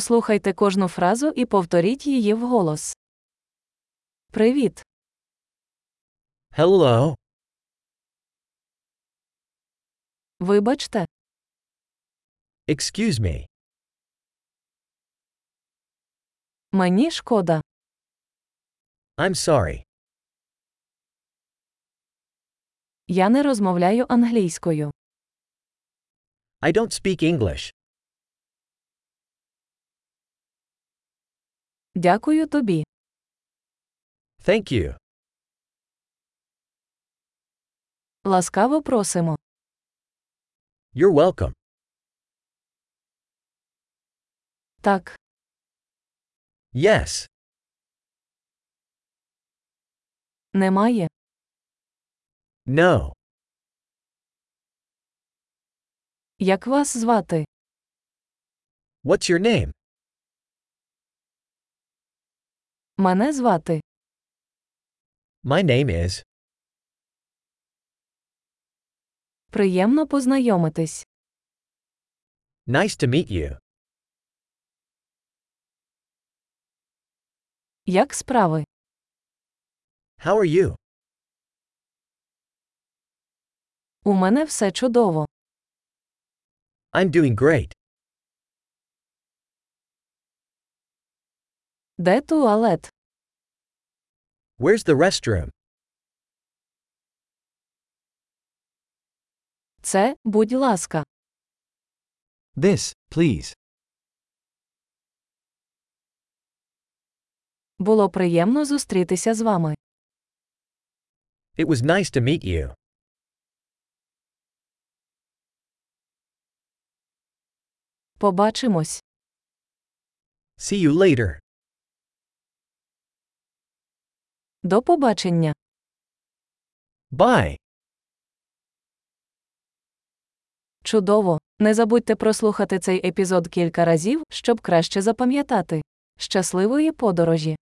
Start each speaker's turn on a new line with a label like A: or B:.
A: Послухайте кожну фразу і повторіть її вголос. Привіт.
B: Hello.
A: Вибачте,
B: Excuse me.
A: мені шкода.
B: I'm sorry.
A: Я не розмовляю англійською.
B: I don't speak English.
A: Дякую тобі.
B: Thank you.
A: Ласкаво просимо.
B: You're welcome.
A: Так,
B: Yes.
A: немає.
B: No.
A: Як вас звати?
B: What's your name?
A: Мене звати.
B: My name is.
A: Приємно познайомитись.
B: Nice to meet you.
A: Як справи?
B: How are you?
A: У мене все чудово.
B: I'm doing great.
A: Де туалет?
B: Where's the restroom?
A: Це, будь ласка.
B: This, please.
A: Було приємно зустрітися з вами.
B: It was nice to meet you.
A: Побачимось.
B: See you later.
A: До побачення.
B: Bye.
A: Чудово! Не забудьте прослухати цей епізод кілька разів, щоб краще запам'ятати. Щасливої подорожі!